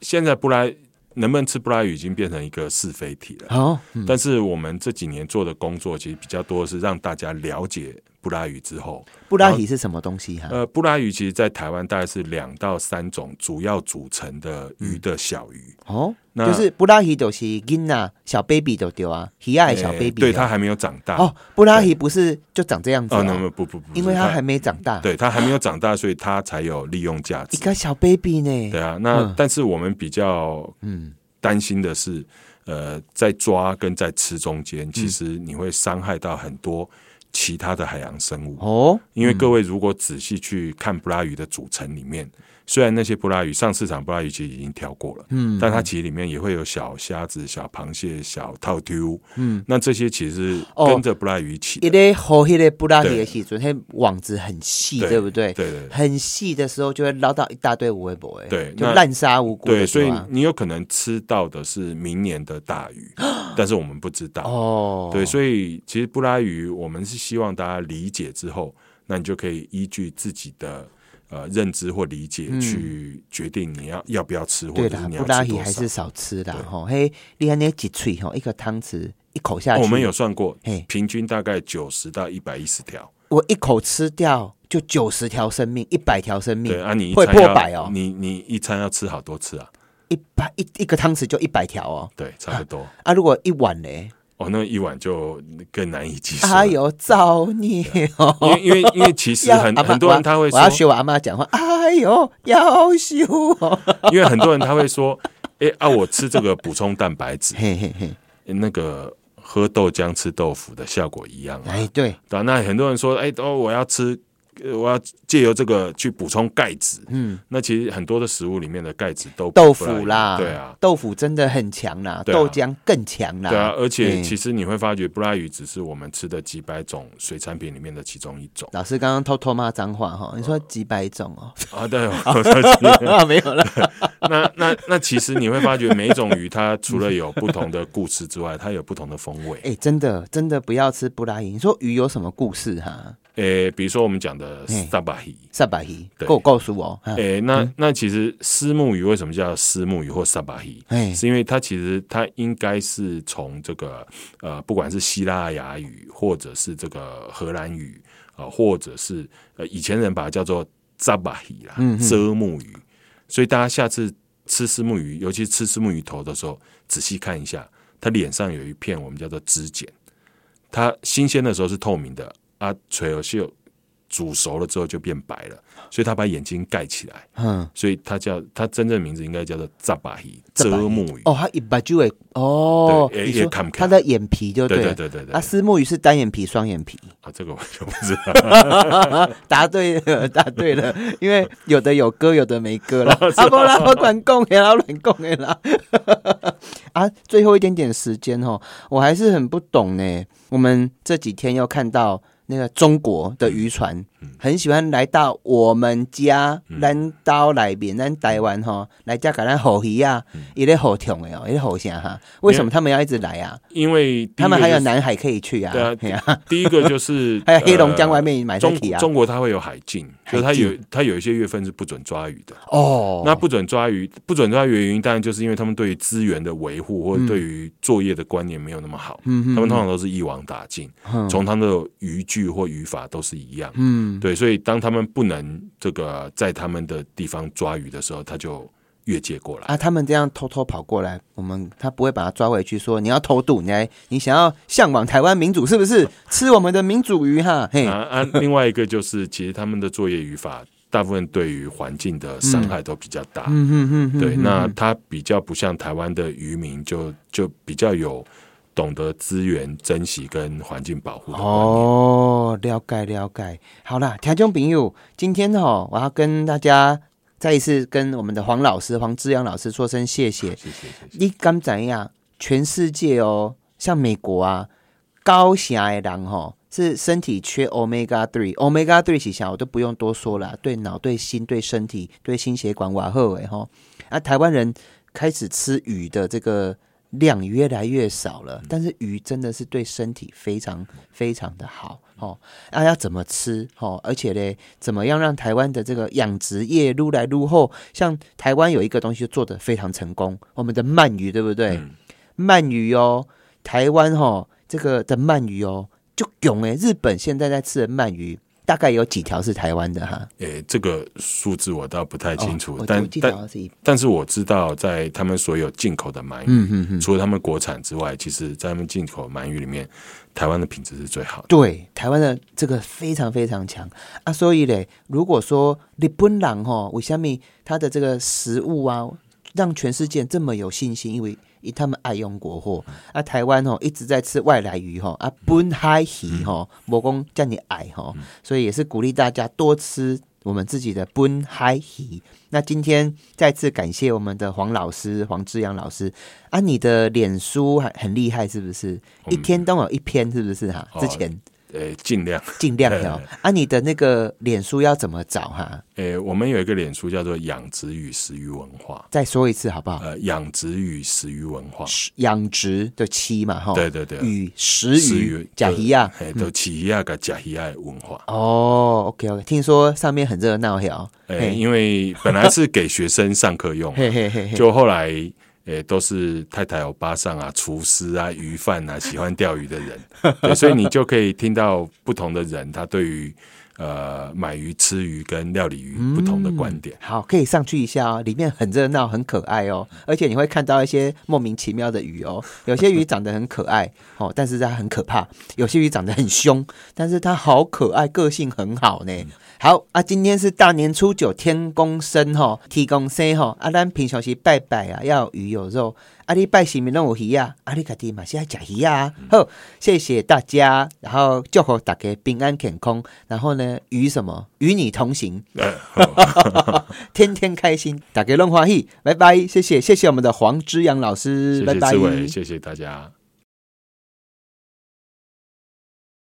现在布拉能不能吃布拉鱼已经变成一个是非题了。哦，但是我们这几年做的工作，其实比较多是让大家了解布拉鱼之后，布拉鱼是什么东西哈？呃，布拉鱼其实在台湾大概是两到三种主要组成的鱼的小鱼。哦，那就是布拉鱼就是囡仔小 baby 就对啊，鱼爱小呃 baby 对就它还没有长大。哦，布拉鱼不是就长这样子哦，那啊？么不不不，因为它它还没长大，对它还没有长大，所以它才有利用价一值。个小 baby 对呢。啊，那、嗯但是我们比较嗯，担心的是，呃，在抓跟在吃中间，嗯其实你会伤害到很多其他的海洋生物。哦，因为各位如果仔细去看布拉鱼的组成里面，虽然那些布拉鱼上市场布拉鱼其实已经挑过了，嗯，但它其实里面也会有小虾子、小螃蟹、小套丢，嗯，那这些其实是哦跟着布拉鱼一起一的，个和迄个布拉鱼的时阵，迄网子很细，对不对？对对很细的时候就会捞到一大堆无微博，哎，对就那滥杀无辜的对，所以对吧你有可能吃到的是明年的大 鱼，但是我们不知道。哦，对，所以其实布拉鱼，我们是希望大家理解之后，那你就可以依据自己的呃认知或理解去决定你要、要不要吃，或嗯对者啦是你，要布拉吃鱼多还少是。少吃啦对吼。嘿，你安尼一喙吼，一个汤匙一口下去，哦我们有算过嘿，平均大概九十到一百一十条。我一口吃掉就九十条生命，一百条生命，对啊，你一会餐破要百哦你你一餐要吃好多次啊？一百一一个汤匙就一百条哦。对，差 不多。啊，如果一碗嘞，哦，那一碗就更难以计算。哎呦，造孽哦！因为因为因 为其实要很阿嬷很多人他会我说要，我要学我阿妈讲话，哎呦，要羞哦！因为很多人他会说，哎啊，我吃这个补充蛋白质， 嘿嘿嘿，那个喝豆浆吃豆腐的效果一样啊。哎，对，对啊、那很多人说，哎，哦，我要吃，呃我要借由这个去补充钙质。嗯，那其实很多的食物里面的钙质都豆不来腐源啦，对啊，豆腐真的很强啦，对啊豆浆更强啦，对啊，而且嗯其实你会发觉，布拉鱼只是我们吃的几百种水产品里面的其中一种老师刚刚偷偷骂脏话哦哈，你说几百种哦，啊。对，我说啊没有啦， 那那那其实你会发觉，每一种鱼它除了有不同的故事之外，它有不同的风味。哎，真的真的不要吃布拉鱼。你说鱼有什么故事哈？诶、比如说我们讲的嘿萨巴鱼，萨巴鱼，对哎够够数哦，哈诶、那那其实丝木鱼为什么叫丝木鱼或萨巴鱼？哎，是因为它其实它应该是从这个呃，不管是希腊雅语，或者是这个荷兰语，呃，或者是呃以前人把它叫做扎巴鱼啦，嗯遮目鱼。所以大家下次吃丝木鱼，尤其是吃丝木鱼头的时候，仔细看一下，它脸上有一片我们叫做指茧，它新鲜的时候是透明的，啊，垂耳秀煮熟了之后就变白了，所以它把眼睛盖起来。嗯，所以它叫它真正名字应该叫做扎巴鱼扎遮巴鱼目鱼。哦，它一把就会哦，对也你也说看不开它的眼皮就对了对对对对啊，丝木鱼是单眼皮、双眼皮，啊，这个我就不知道。 答对了，答对了，因为有的有歌，有的没歌啦。哦阿波啦，我乱供的啦，我乱供的啦。 啊，最后一点点时间哦，我还是很不懂呢。我们这几天又看到那个中国的渔船，嗯很喜欢来到我们家，咱岛内面，咱台湾哈、来家给咱吼鱼啊，嗯一咧吼艇的哦，一咧吼啥哈？为什么他们要一直来啊？因为 第一个他们还有就是南海可以去啊，对啊嘿啊，第一个就是 还有黑龙江呃外面买得中起啊。中国它会有海禁，就是它海禁有它有一些月份是不准抓鱼的。哦，那不准抓鱼，不准抓鱼的原因，当然就是因为他们对于资源的维护或者对于作业的观念没有那么好。嗯他们通常都是一网打尽，嗯从他们的渔具或语法都是一样。嗯对，所以当他们不能这个在他们的地方抓鱼的时候，他就越界过来。啊，他们这样偷偷跑过来，我们他不会把他抓回去说你要偷渡，你来你想要向往台湾民主是不是？吃我们的民主鱼哈，嘿，啊啊！另外一个就是，其实他们的作业语法大部分对于环境的伤害都比较大。嗯嗯嗯，对，那它比较不像台湾的渔民就，就比较有懂得资源珍惜跟环境保护的观念。哦，了解了解。好啦，听众朋友，今天哦，我要跟大家再一次跟我们的黄老师黄志阳老师说声谢谢。谢谢。谢谢你敢怎样？全世界哦，像美国啊，高峡的人吼、是身体缺 omega three。omega three 是啥？我都不用多说了，对脑、对心、对身哦体、对心血管瓦后诶吼。啊，台湾人开始吃鱼的这个量越来越少嗯了，但是鱼真的是对身体非常非常的好哦。那、要怎么吃哦？而且嘞，怎么样让台湾的这个养殖业撸来撸后？像台湾有一个东西就做得非常成功，我们的鳗鱼，对不对？嗯鳗鱼哦，台湾哦，这个的鳗鱼哦，就囧诶，日本现在在吃的鳗鱼。大概有几条是台湾的哈？诶、这个数字我倒不太清哦楚，我我但记得好但像是一但是我知道，在他们所有进口的鳗鱼，嗯嗯嗯，除了他们国产之外，其实在他们进口鳗鱼里面，台湾的品质是最好的。对，台湾的这个非常非常强啊，所以嘞，如果说日本人吼，为什么他的这个食物啊，让全世界这么有信心？因为因他们爱用国货啊，台湾吼一直在吃外来鱼吼啊，本海鱼吼，我公叫你爱吼，所以也是鼓励大家多吃。我们自己的本海鱼。那今天再次感谢我们的黄老师、黄志阳老师啊，你的脸书很很厉害，是不是？一天都有一篇，是不是哈、哦之前诶、尽量。尽量聊对啊！你的那个脸书要怎么找哈、诶、我们有一个脸书叫做“养殖与食鱼文化再说一次好不”，好？呃，养殖与食鱼文化，食养殖的期嘛哈，对对对与食鱼甲鱼啊，诶，哎都起亚个甲鱼亚文化。哦，OK OK，听说上面很热闹哟，诶、嘿哦哎因为本来是给学生上课用，嘿嘿嘿嘿，就后来诶都是太太有巴上啊、厨师啊、鱼贩啊，喜欢钓鱼的人，对，所以你就可以听到不同的人他对于呃买鱼、吃鱼跟料理鱼嗯不同的观点。好，可以上去一下哦，里面很热闹，很可爱哦，而且你会看到一些莫名其妙的鱼哦，有些鱼长得很可爱 哦，但是它很可怕；有些鱼长得很凶，但是它好可爱，个性很好呢。好啊，今天是大年初九，天公生吼、提公生吼、啊，咱平常时拜拜啊，要有鱼有肉，啊，你拜神明拢有鱼啊，啊，你家己嘛是要食鱼啊。嗯好，谢谢大家，然后祝福大家平安健康，然后呢，与什么与你同行。哎 天天开心，打给乱欢喜，拜拜，谢谢，谢谢我们的黄之阳老师，谢拜谢拜，志伟，谢谢大家。